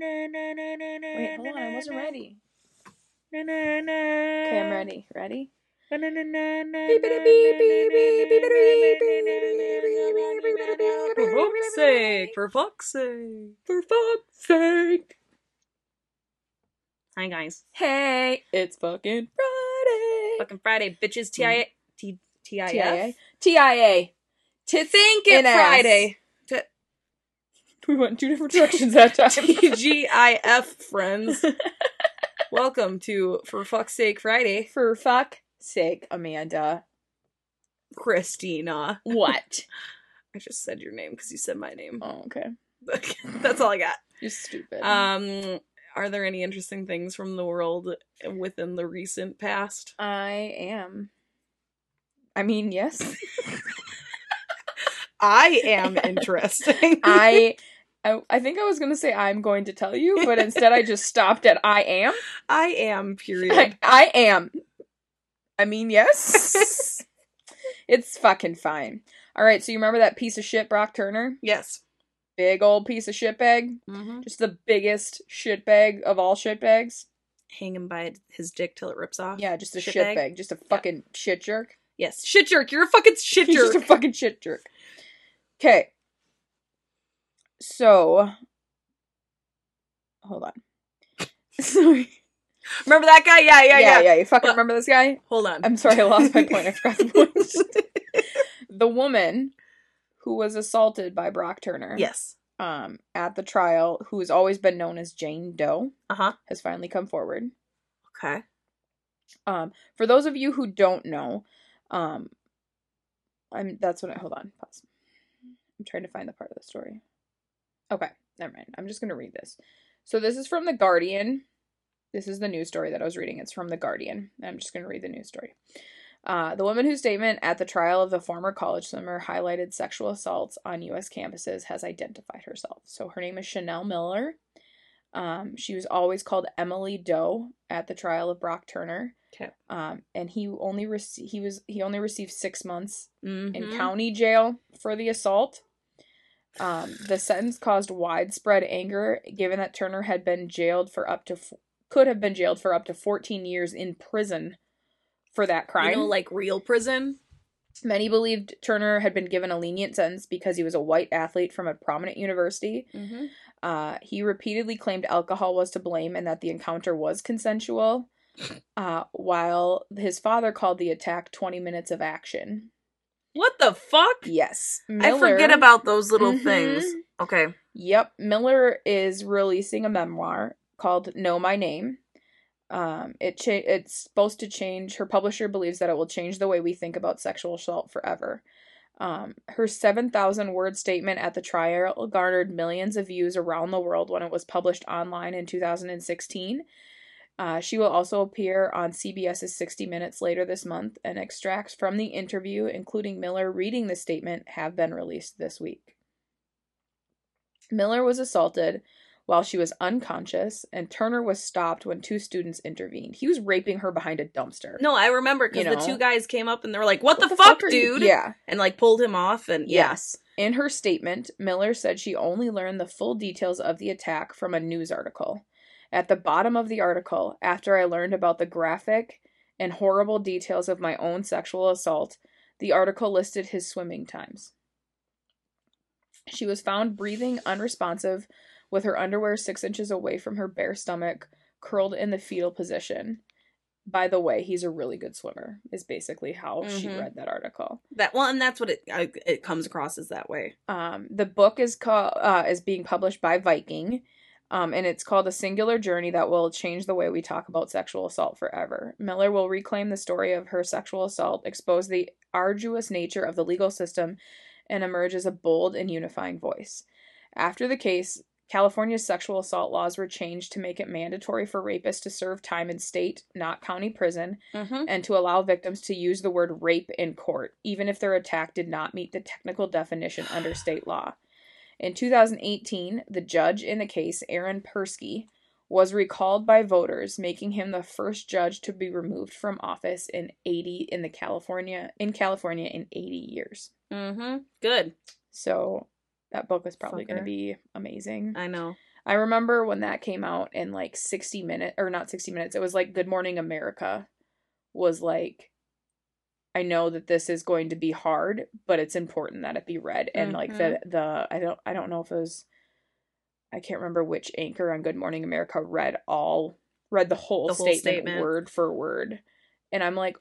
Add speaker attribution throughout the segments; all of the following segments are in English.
Speaker 1: Wait, hold on. I wasn't ready. Okay, I'm ready. Ready? For fuck's sake! For fuck's sake! For fuck's sake! Hi guys.
Speaker 2: Hey,
Speaker 1: It's fucking Friday.
Speaker 2: fucking Friday, bitches. TIA, T- TIF,
Speaker 1: TIA.
Speaker 2: TIA. To think it
Speaker 1: NS.
Speaker 2: Friday.
Speaker 1: We went in two different directions that time.
Speaker 2: TGIF friends. Welcome to for fuck's sake Friday,
Speaker 1: For fuck's sake, Amanda.
Speaker 2: Christina.
Speaker 1: What?
Speaker 2: I just said your name because you said my name.
Speaker 1: oh, okay.
Speaker 2: That's all I got.
Speaker 1: You're stupid.
Speaker 2: Um, are there any interesting things from the world within the recent past?
Speaker 1: I am. I mean, yes.
Speaker 2: I am interesting.
Speaker 1: I, I I think I was gonna say I'm going to tell you, but instead I just stopped at I am.
Speaker 2: I am. Period.
Speaker 1: I, I am. I mean, yes. it's fucking fine. All right, so you remember that piece of shit Brock Turner?
Speaker 2: yes.
Speaker 1: Big old piece of shit bag.
Speaker 2: Mm-hmm.
Speaker 1: Just the biggest shit bag of all shit bags.
Speaker 2: Hang him by his dick till it rips off.
Speaker 1: Yeah, just a
Speaker 2: Shit
Speaker 1: shit,
Speaker 2: bag?
Speaker 1: bag. Just a fucking shit jerk.
Speaker 2: Yes. Shit jerk. You're a fucking shit
Speaker 1: He's
Speaker 2: jerk.
Speaker 1: just a fucking shit jerk. Okay. So, hold on. Sorry.
Speaker 2: Remember that guy? Yeah, yeah,
Speaker 1: yeah,
Speaker 2: yeah. Uh,
Speaker 1: yeah, You fucking
Speaker 2: Well-
Speaker 1: remember this guy?
Speaker 2: Hold on.
Speaker 1: I'm sorry, I lost my point. I forgot the point. the woman who was assaulted by Brock Turner,
Speaker 2: yes.
Speaker 1: um, at the trial, who has always been known as Jane Doe,
Speaker 2: Uh huh.
Speaker 1: has finally come forward.
Speaker 2: Okay.
Speaker 1: Um, for those of you who don't know, um, I'm that's what I hold on, pause. I'm trying to find the part of the story. Okay, never mind. I'm just gonna read this. So this is from The Guardian. This is the news story that I was reading. It's from The Guardian. And I'm just gonna read the news story. Uh, the woman whose statement at the trial of the former college swimmer highlighted sexual assaults on U.S. campuses has identified herself. So her name is Chanel Miller. Um, she was always called Emily Doe at the trial of Brock Turner um, and he only rece- he was he only received six months in
Speaker 2: Mhm.
Speaker 1: county jail for the assault. Um, the sentence caused widespread anger, given that Turner had been jailed for up to f- could have been jailed for up to fourteen years in prison for that crime.
Speaker 2: You know, like real prison.
Speaker 1: Many believed Turner had been given a lenient sentence because he was a white athlete from a prominent university.
Speaker 2: Mm-hmm.
Speaker 1: Uh, he repeatedly claimed alcohol was to blame and that the encounter was consensual, uh, while his father called the attack 20 minutes of action.
Speaker 2: What the fuck?
Speaker 1: Yes.
Speaker 2: I forget
Speaker 1: Miller-
Speaker 2: about those little
Speaker 1: Mhm.
Speaker 2: things. Okay.
Speaker 1: Yep. Miller is releasing a memoir called Know My Name. Um, it cha- it's supposed to change. Her publisher believes that it will change the way we think about sexual assault forever. Um, her 7,000 word statement at the trial garnered millions of views around the world when it was published online in 2016. Uh, she will also appear on CBS's 60 Minutes later this month, and extracts from the interview, including Miller reading the statement, have been released this week. Miller was assaulted while she was unconscious, and Turner was stopped when two students intervened. He was raping her behind a dumpster.
Speaker 2: No, I remember because
Speaker 1: You
Speaker 2: the
Speaker 1: know.
Speaker 2: two guys came up and they were like, "What, the, fuck,
Speaker 1: fuck are you-
Speaker 2: dude?"
Speaker 1: Yeah.
Speaker 2: And like pulled him off. And yeah.
Speaker 1: Yes. In her statement, Miller said she only learned the full details of the attack from a news article. At the bottom of the article, after I learned about the graphic and horrible details of my own sexual assault, the article listed his swimming times. She was found breathing unresponsive with her underwear six inches away from her bare stomach, curled in the fetal position. By the way, he's a really good swimmer, is basically how she
Speaker 2: Mhm.
Speaker 1: read that article.
Speaker 2: That well, and that's what it I, it comes across as that way.
Speaker 1: Um, the book is called uh, is being published by Viking, um, and it's called A Singular Journey That Will Change the Way We Talk About Sexual Assault Forever. Miller will reclaim the story of her sexual assault, expose the arduous nature of the legal system, and emerge as a bold and unifying voice. After the case, California's sexual assault laws were changed to make it mandatory for rapists to serve time in state, not county prison,
Speaker 2: Mm-hmm.
Speaker 1: and to allow victims to use the word rape in court, even if their attack did not meet the technical definition under state law. In 2018, the judge in the case, Aaron Persky, was recalled by voters, making him the first judge to be removed from office in 80 in the California in California in 80 years.
Speaker 2: Mm-hmm. Good.
Speaker 1: So That book is probably going
Speaker 2: Fucker.
Speaker 1: to be amazing.
Speaker 2: I know.
Speaker 1: I remember when that came out in like 60 minutes or not 60 minutes. It was like Good Morning America was like I know that this is going to be hard, but it's important that it be read and like the
Speaker 2: Mm-hmm.
Speaker 1: the I don't I don't know if it was I can't remember which anchor on Good Morning America read all read the whole,
Speaker 2: The whole
Speaker 1: statement,
Speaker 2: statement.
Speaker 1: word for word. And I'm like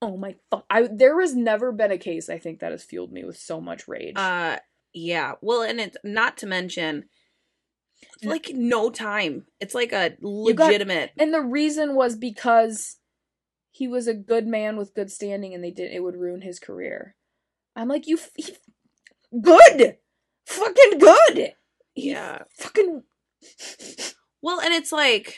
Speaker 1: oh my fuck. I there has never been a case I think that has fueled me with so much rage.
Speaker 2: Uh yeah. Well, and it's not to mention it's like no time. It's like a
Speaker 1: got-
Speaker 2: legitimate
Speaker 1: And the reason was because he was a good man with good standing, and they did it would ruin his career. I'm like, you, f- he, good, fucking good. He
Speaker 2: Yeah.
Speaker 1: fucking.
Speaker 2: Well, and it's like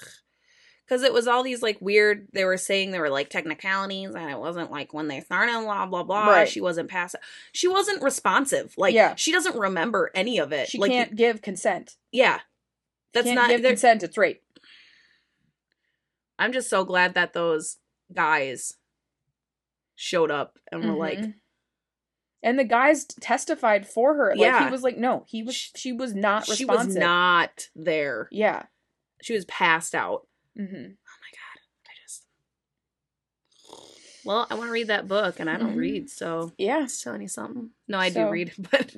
Speaker 2: because it was all these like weird. They were saying they were like technicalities, and it wasn't like when they started. Blah blah blah.
Speaker 1: Right.
Speaker 2: She wasn't passive. She wasn't responsive. Like
Speaker 1: Yeah.
Speaker 2: she doesn't remember any of it.
Speaker 1: She
Speaker 2: like
Speaker 1: can't give consent.
Speaker 2: yeah, that's
Speaker 1: can't
Speaker 2: not.
Speaker 1: give
Speaker 2: there-
Speaker 1: consent. It's rape.
Speaker 2: I'm just so glad that those guys showed up and were like,
Speaker 1: Mhm. and the guys testified for her. Like
Speaker 2: Yeah.
Speaker 1: he was like, no, he was. She was not
Speaker 2: she
Speaker 1: responsive.
Speaker 2: was not there.
Speaker 1: Yeah.
Speaker 2: She was passed out.
Speaker 1: hmm
Speaker 2: Oh my god, I just. Well, I want to read that book, and I don't
Speaker 1: Mhm.
Speaker 2: read, so
Speaker 1: Yeah.
Speaker 2: It's telling you something. No, I
Speaker 1: So-
Speaker 2: do read, but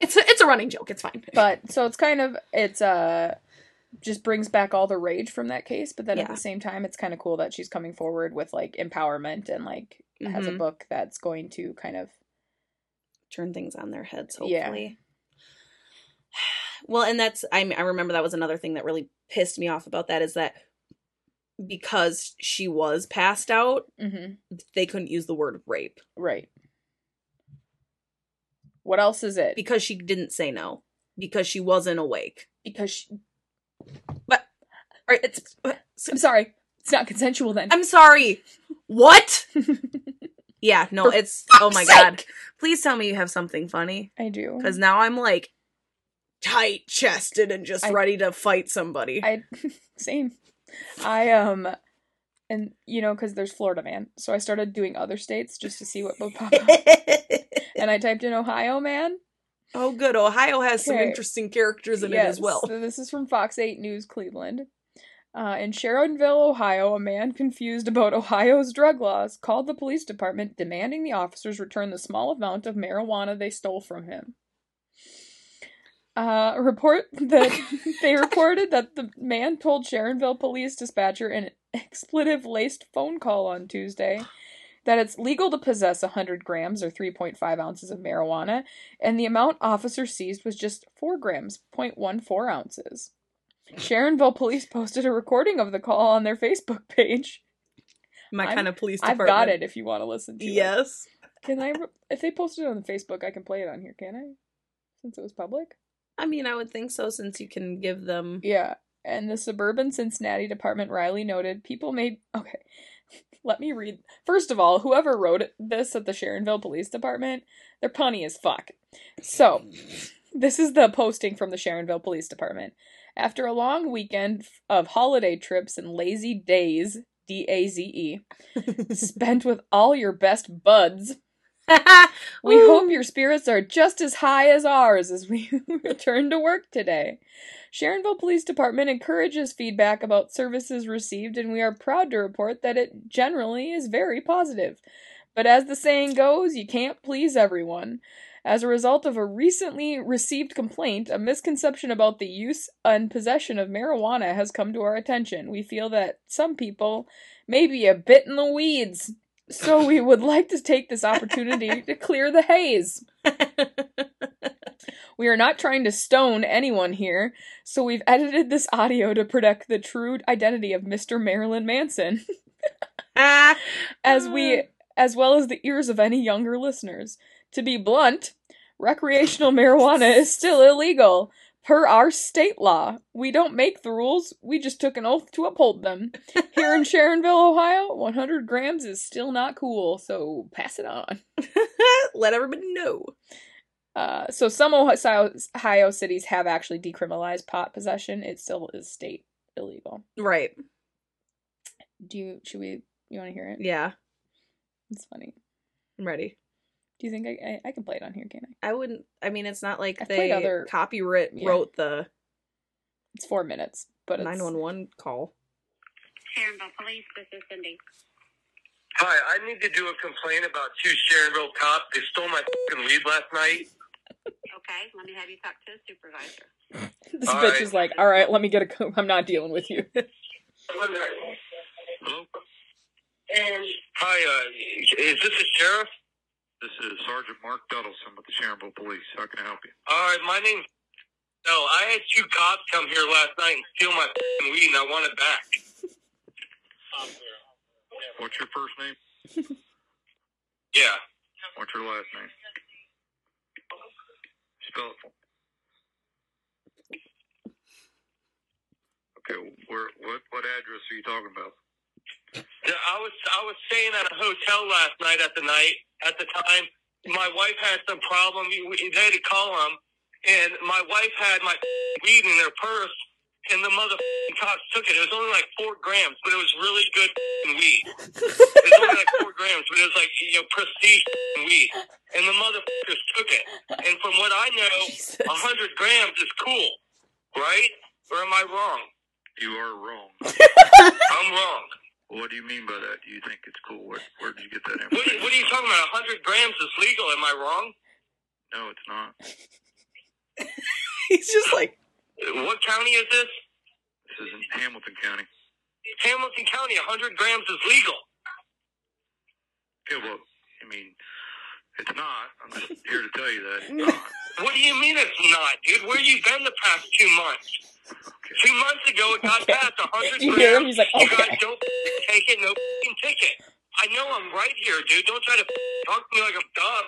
Speaker 2: it's a, it's a running joke. It's fine.
Speaker 1: but so it's kind of it's uh just brings back all the rage from that case but then at
Speaker 2: Yeah.
Speaker 1: the same time it's kind of cool that she's coming forward with like empowerment and like has a
Speaker 2: Mhm.
Speaker 1: book that's going to kind of
Speaker 2: turn things on their heads.
Speaker 1: Yeah.
Speaker 2: Hopefully. Well, and that's I mean, I remember that was another thing that really pissed me off about that is that because she was passed out,
Speaker 1: Mhm.
Speaker 2: they couldn't use the word rape
Speaker 1: right what else is it
Speaker 2: because she didn't say no because she wasn't awake.
Speaker 1: because she,
Speaker 2: Or it's uh,
Speaker 1: i'm sorry it's not consensual then
Speaker 2: I'm sorry. What? yeah, no,
Speaker 1: For
Speaker 2: it's oh my
Speaker 1: fuck's
Speaker 2: god. Please tell me you have something funny.
Speaker 1: i do
Speaker 2: Because now I'm like tight chested and just
Speaker 1: I-
Speaker 2: ready to fight somebody.
Speaker 1: i same i um and you know because there's florida man so i started doing other states just to see what would pop up and i typed in ohio man
Speaker 2: oh, good. Ohio has some
Speaker 1: Okay.
Speaker 2: interesting characters in it as well.
Speaker 1: So this is from Fox 8 News Cleveland. Uh, in Sharonville, Ohio, a man confused about Ohio's drug laws called the police department demanding the officers return the small amount of marijuana they stole from him. Uh, report that they reported that the man told Sharonville police dispatcher in an expletive laced phone call on Tuesday that it's legal to possess 100 grams or 3.5 ounces of marijuana, and the amount officers seized was just 4 grams, 0.14 ounces. Sharonville police posted a recording of the call on their Facebook page.
Speaker 2: My
Speaker 1: I'm-
Speaker 2: kind of police
Speaker 1: I've
Speaker 2: department.
Speaker 1: got it if you want to listen to it.
Speaker 2: Yes.
Speaker 1: Can I, re- if they posted it on Facebook, I can play it on here, can I? Since it was public?
Speaker 2: I mean, I would think so since you can give them.
Speaker 1: Yeah. And the suburban Cincinnati department Riley noted people may okay. Let me read. First of all, whoever wrote this at the Sharonville Police Department, they're punny as fuck. So, this is the posting from the Sharonville Police Department. After a long weekend of holiday trips and lazy days, D A Z E, spent with all your best buds, we
Speaker 2: Woo.
Speaker 1: hope your spirits are just as high as ours as we return to work today. Sharonville Police Department encourages feedback about services received, and we are proud to report that it generally is very positive. But as the saying goes, you can't please everyone. As a result of a recently received complaint, a misconception about the use and possession of marijuana has come to our attention. We feel that some people may be a bit in the weeds, so we would like to take this opportunity to clear the haze. We are not trying to stone anyone here, so we've edited this audio to protect the true identity of Mr. Marilyn Manson,
Speaker 2: Ah,
Speaker 1: as we as well as the ears of any younger listeners. To be blunt, recreational marijuana is still illegal per our state law. We don't make the rules, we just took an oath to uphold them. Here in Sharonville, Ohio, 100 grams is still not cool, so pass it on.
Speaker 2: let everybody know.
Speaker 1: Uh, so some Ohio, Ohio cities have actually decriminalized pot possession. It still is state illegal.
Speaker 2: Right.
Speaker 1: Do you should we you want to hear it?
Speaker 2: Yeah.
Speaker 1: It's funny.
Speaker 2: I'm ready.
Speaker 1: Do you think I I, I can play it on here? Can I?
Speaker 2: I wouldn't. I mean, it's not like
Speaker 1: I've
Speaker 2: they
Speaker 1: played other-
Speaker 2: copyright
Speaker 1: Yeah.
Speaker 2: wrote the
Speaker 1: It's four minutes, but it's,
Speaker 2: nine one one call.
Speaker 3: Sharonville Police, this is Cindy.
Speaker 4: Hi, I need to do a complaint about two Sharonville cops. They stole my fucking weed last night.
Speaker 3: Okay, let me have you talk to a supervisor.
Speaker 1: this
Speaker 4: All
Speaker 1: bitch
Speaker 4: right.
Speaker 1: is like, all right, let me get a. Co- I'm not dealing with you.
Speaker 4: Hello? Hi, uh, is this the sheriff? This is Sergeant Mark Duddleson with the Sharonville Police. How can I help you? All right, Uh, my name's. No, I had two cops come here last night and steal my fucking weed, and I want it back. What's your first name? yeah. What's your last name? Spell it for Okay, where, what, what address are you talking about? I was, I was staying at a hotel last night at the night, at the time. My wife had some problem. We- They had to call him, and my wife had my weed in her purse, and the mother cops took it. It was only like four grams, but it was really good weed. It was only like four grams, but it was like, you know, prestige weed. And the motherfuckers took it. And from what I know,
Speaker 1: Jesus.
Speaker 4: a hundred grams is cool, right? Or am I wrong? You are wrong. I'm wrong. What do you mean by that? Do you think it's cool? Where, where did you get that information? What, what are you talking about? A hundred grams is legal. Am I wrong? No, it's not.
Speaker 2: He's just like
Speaker 4: What county is this? This is in Hamilton County. Hamilton County, 100 grams is legal. Yeah, well, I mean, it's not. I'm just here to tell you that it's not. What do you mean it's not, dude? Where you been the past two months? Two months ago, it got
Speaker 1: Okay.
Speaker 4: past 100 grams.
Speaker 1: You hear him? He's like,
Speaker 4: You guys
Speaker 1: okay.
Speaker 4: don't f***ing take it, no f***ing ticket. I know I'm right here, dude. Don't try to f***ing talk to me like I'm dumb.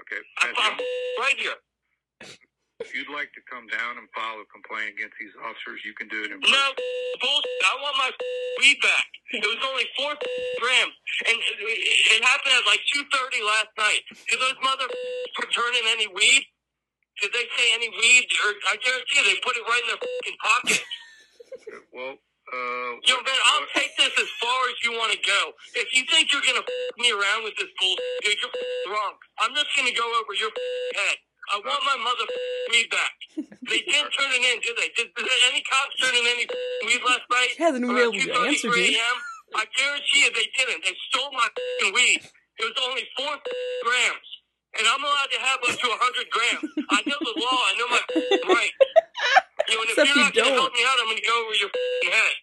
Speaker 4: Okay. I'm f***ing right here. If you'd like to come down and file a complaint against these officers, you can do it in No, bullshit. I want my weed back. It was only four grams. And it, it happened at like 2.30 last night. Did those mother return in any weed? Did they say any weed? Or I guarantee you they put it right in their fucking pocket. Well, uh, Yo, man, I'll take this as far as you want to go. If you think you're gonna f- me around with this bull, dude, you're f- wrong. I'm just gonna go over your f- head. I want my mother f- weed back. They didn't turn it in, did they? Did, did any cops turn in any f- weed last night?
Speaker 2: hasn't even been
Speaker 4: Around
Speaker 2: able to answer,
Speaker 4: 2:33
Speaker 2: dude.
Speaker 4: a.m.? I guarantee you they didn't. They stole my f- weed. It was only four f- grams, and I'm allowed to have up to hundred grams. I know the law. I know my f- right. You know, and if
Speaker 2: Except
Speaker 4: you're
Speaker 2: you
Speaker 4: not gonna
Speaker 2: don't.
Speaker 4: help me out, I'm gonna go over your f***ing head.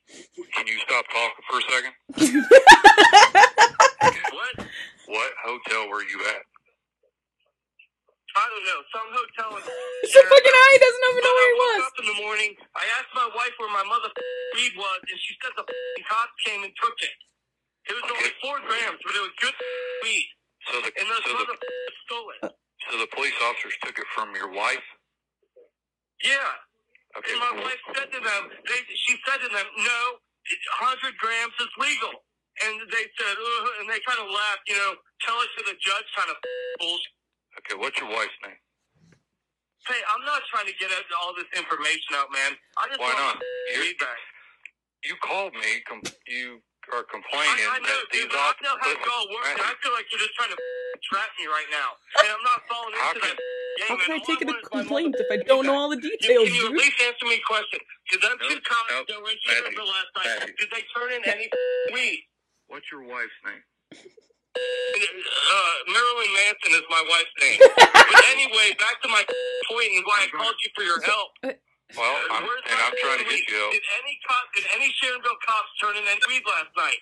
Speaker 4: Can you stop talking for a second? what? What hotel were you at? I don't know. Some hotel in
Speaker 1: So fucking high, he doesn't even
Speaker 4: But
Speaker 1: know where
Speaker 4: I
Speaker 1: he
Speaker 4: woke
Speaker 1: was.
Speaker 4: up in the morning. I asked my wife where my mother weed was, and she said the f***ing cops came and took it. It was only four grams, but it was good f***ing weed. So the and those mother f***ers stole it. So the police officers took it from your wife. Yeah. Okay. And my
Speaker 5: Mm-hmm.
Speaker 4: wife said to them, they, she said to them, no, 100 grams is legal. And they said, Ugh, and they kind of laughed, you know, tell it to the judge kind of bullshit. Okay, what's your wife's name? Hey, I'm not trying to get out- all this information out, man. I just
Speaker 5: Why
Speaker 4: want
Speaker 5: not? You're-
Speaker 4: feedback.
Speaker 5: you called me. Com- you
Speaker 4: I,
Speaker 5: are complaining
Speaker 4: I know,
Speaker 5: that these
Speaker 4: dude, but I know how it all
Speaker 5: officers.
Speaker 4: works. and I feel like you're just trying to trap me right now. And I'm not falling
Speaker 5: How
Speaker 4: into
Speaker 5: can-
Speaker 4: that game.
Speaker 2: How can I
Speaker 4: man. All
Speaker 2: take it a
Speaker 4: want is my mother-
Speaker 2: complaint if I don't know all the details,
Speaker 4: Can you at
Speaker 2: dude?
Speaker 4: least answer me a question? Did them two
Speaker 5: Nope,
Speaker 4: cops
Speaker 5: nope,
Speaker 4: that were in Sharonville last night,
Speaker 5: Matthew.
Speaker 4: did they turn in any weed?
Speaker 5: What's your wife's name?
Speaker 4: Uh, Marilyn Manson is my wife's name. but anyway, back to my point and why I called you for your help. Uh,
Speaker 5: Well, I'm,
Speaker 4: where's
Speaker 5: and
Speaker 4: my
Speaker 5: I'm trying to
Speaker 4: weed?
Speaker 5: get you out.
Speaker 4: Did any cop, did any Sharonville cops turn in any weed last night?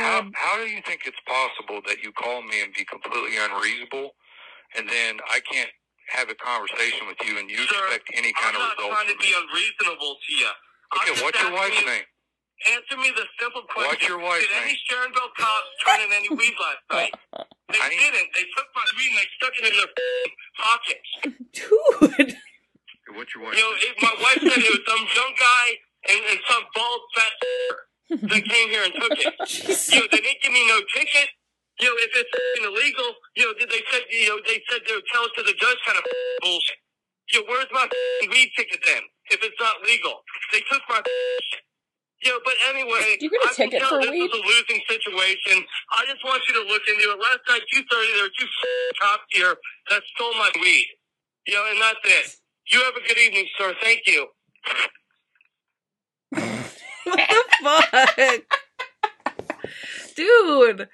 Speaker 5: How,
Speaker 2: God.
Speaker 5: how do you think it's possible that you call me and be completely unreasonable, and then I can't have a conversation with you and you
Speaker 4: Sir,
Speaker 5: expect any kind
Speaker 4: I'm not
Speaker 5: of result
Speaker 4: trying to
Speaker 5: from
Speaker 4: be
Speaker 5: me?
Speaker 4: unreasonable to you. I'm
Speaker 5: Okay,
Speaker 4: just
Speaker 5: what's your
Speaker 4: asking
Speaker 5: wife's
Speaker 4: you-
Speaker 5: name?
Speaker 4: Answer me the simple question.
Speaker 5: What's your wife's
Speaker 4: Did any
Speaker 5: name?
Speaker 4: Sharonville cops turn in any weed last night? They
Speaker 5: I need-
Speaker 4: didn't. They took my weed and they stuck it in their pockets.
Speaker 2: Dude,
Speaker 5: What's your
Speaker 4: You know, it, my wife said it was some young guy and, and some bald fat that came here and took it. You know, they didn't give me no ticket. You know, if it's illegal, you know, did they said you know they said they would tell us to the judge kind of bullshit. You know, where's my weed ticket then? If it's not legal, they took my.
Speaker 5: Yeah, but anyway,
Speaker 1: Do you get a
Speaker 5: I can
Speaker 1: ticket
Speaker 5: tell
Speaker 1: for
Speaker 5: this
Speaker 1: weed?
Speaker 5: is a losing situation. I just want you to look into it. Last night, two thirty, there were two cops here that stole my weed. You know, and that's it. You have a good evening, sir. Thank you.
Speaker 2: What the fuck? Dude.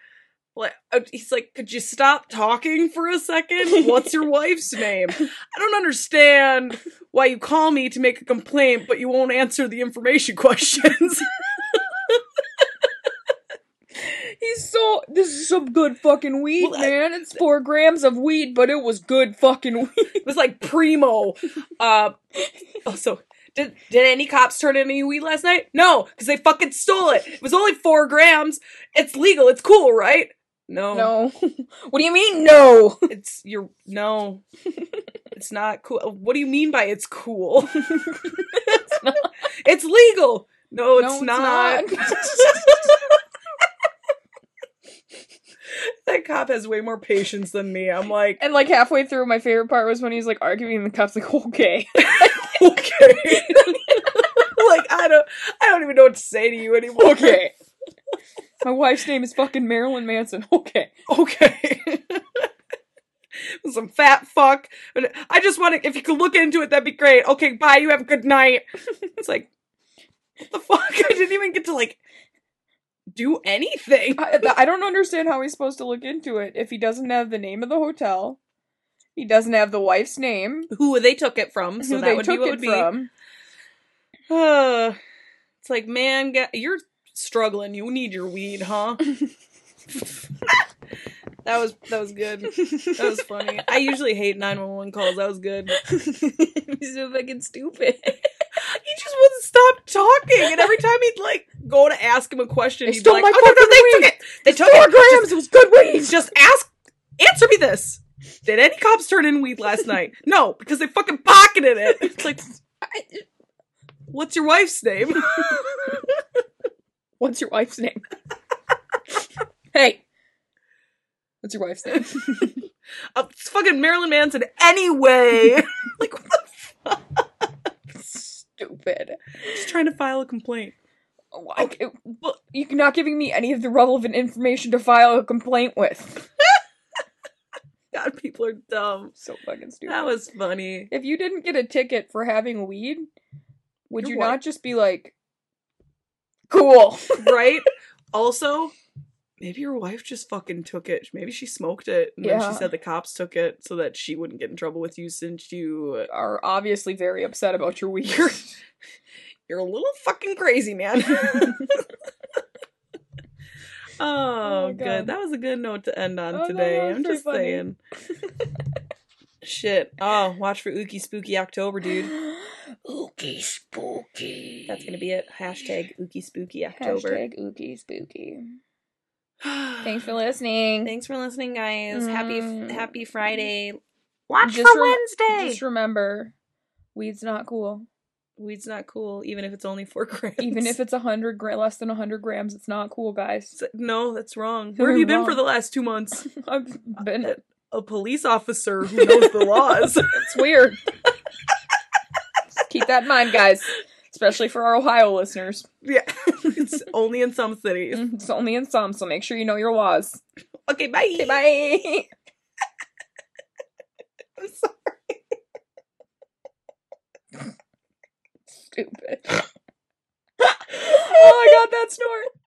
Speaker 2: Like, uh, he's like, could you stop talking for a second? What's your wife's name? I don't understand why you call me to make a complaint, but you won't answer the information questions.
Speaker 1: He's so. This is some good fucking weed,
Speaker 2: Well, I-
Speaker 1: man. It's four grams of weed, but it was good fucking weed.
Speaker 2: it was like primo. Uh, also, did did any cops turn in any weed last night? No, because they fucking stole it. It was only four grams. It's legal. It's cool, right? No,
Speaker 1: No. what do you mean, no?
Speaker 2: it's your no. it's not cool. What do you mean by it's cool? it's, legal. No, it's, not. That cop has way more patience than me. I'm like,
Speaker 1: and like halfway through, my favorite part was when he was like arguing, and the cop's like, okay.
Speaker 2: okay. like I don't, I don't even know what to say to you anymore.
Speaker 1: Okay. My wife's name is fucking Marilyn Manson. Okay.
Speaker 2: okay. Some fat fuck. And I just want to, if you could look into it, that'd be great. Okay, bye. You have a good night. It's like, what the fuck? I didn't even get to, like, do anything.
Speaker 1: I, I don't understand how he's supposed to look into it if he doesn't have the name of the hotel. He doesn't have the wife's name.
Speaker 2: Who they took it from. So
Speaker 1: who
Speaker 2: that
Speaker 1: they
Speaker 2: would
Speaker 1: took
Speaker 2: be what
Speaker 1: it
Speaker 2: would
Speaker 1: from.
Speaker 2: be. Uh, it's like, man, ga- you're struggling. You need your weed, huh? that was that was good. That was funny. I usually hate 911 calls. That was good.
Speaker 1: he's so fucking stupid.
Speaker 2: He just wouldn't stop talking, and every time he'd like go to ask him a question,
Speaker 1: They
Speaker 2: he'd
Speaker 1: stole
Speaker 2: be like,
Speaker 1: my
Speaker 2: "Oh no, no, they
Speaker 1: fucking
Speaker 2: took it! They took
Speaker 1: Four
Speaker 2: it!
Speaker 1: grams. it was good weed.
Speaker 2: Just, just ask, answer me this: Did any cops turn in weed last night? No, because they fucking pocketed it. It's like, I- what's your wife's name?
Speaker 1: What's your wife's name? hey. What's your wife's name?
Speaker 2: Uh, it's fucking Marilyn Manson. Anyway, like, what the f-
Speaker 1: Stupid.
Speaker 2: just trying to file a complaint.
Speaker 1: Like, it- you're not giving me any of the relevant information to file a complaint with.
Speaker 2: God, people are dumb.
Speaker 1: So fucking stupid.
Speaker 2: That was funny.
Speaker 1: if you didn't get a ticket for having weed, would
Speaker 2: You're
Speaker 1: you
Speaker 2: white.
Speaker 1: not just be like, cool?
Speaker 2: right? Also, maybe your wife just fucking took it. Maybe she smoked it, and then
Speaker 1: Yeah.
Speaker 2: she said the cops took it so that she wouldn't get in trouble with you since you
Speaker 1: Are obviously very upset about your weed.
Speaker 2: you're you're a little fucking crazy, man. oh,
Speaker 1: Oh my God.
Speaker 2: good. That was a good note to end on
Speaker 1: Oh, no,
Speaker 2: today.
Speaker 1: that was
Speaker 2: I'm
Speaker 1: pretty
Speaker 2: just
Speaker 1: funny.
Speaker 2: saying. Shit. Oh, watch for Ookie Spooky October, dude.
Speaker 1: Ookie spooky.
Speaker 2: That's gonna be it. Hashtag Ookie Spooky October.
Speaker 1: Hashtag ookie spooky. Thanks for listening.
Speaker 2: Thanks for listening, guys.
Speaker 1: Mm.
Speaker 2: Happy Happy Friday. Watch
Speaker 1: Just
Speaker 2: for
Speaker 1: rem-
Speaker 2: Wednesday.
Speaker 1: Just remember, weed's not cool.
Speaker 2: Weed's not cool, even if it's only four grams.
Speaker 1: Even if it's a hundred gra- less than a hundred grams, it's not cool, guys.
Speaker 2: It's like, no, that's wrong.
Speaker 1: You're
Speaker 2: Where have you been for
Speaker 1: wrong.
Speaker 2: the last two months?
Speaker 1: I've been.
Speaker 2: A police officer who knows the laws.
Speaker 1: It's weird. Just keep that in mind, guys. Especially for our Ohio listeners.
Speaker 2: yeah, it's only in some cities.
Speaker 1: Mm, It's only in some, so make sure you know your laws.
Speaker 2: Okay, bye.
Speaker 1: Okay, bye.
Speaker 2: I'm sorry.
Speaker 1: Stupid. oh, I got that snort.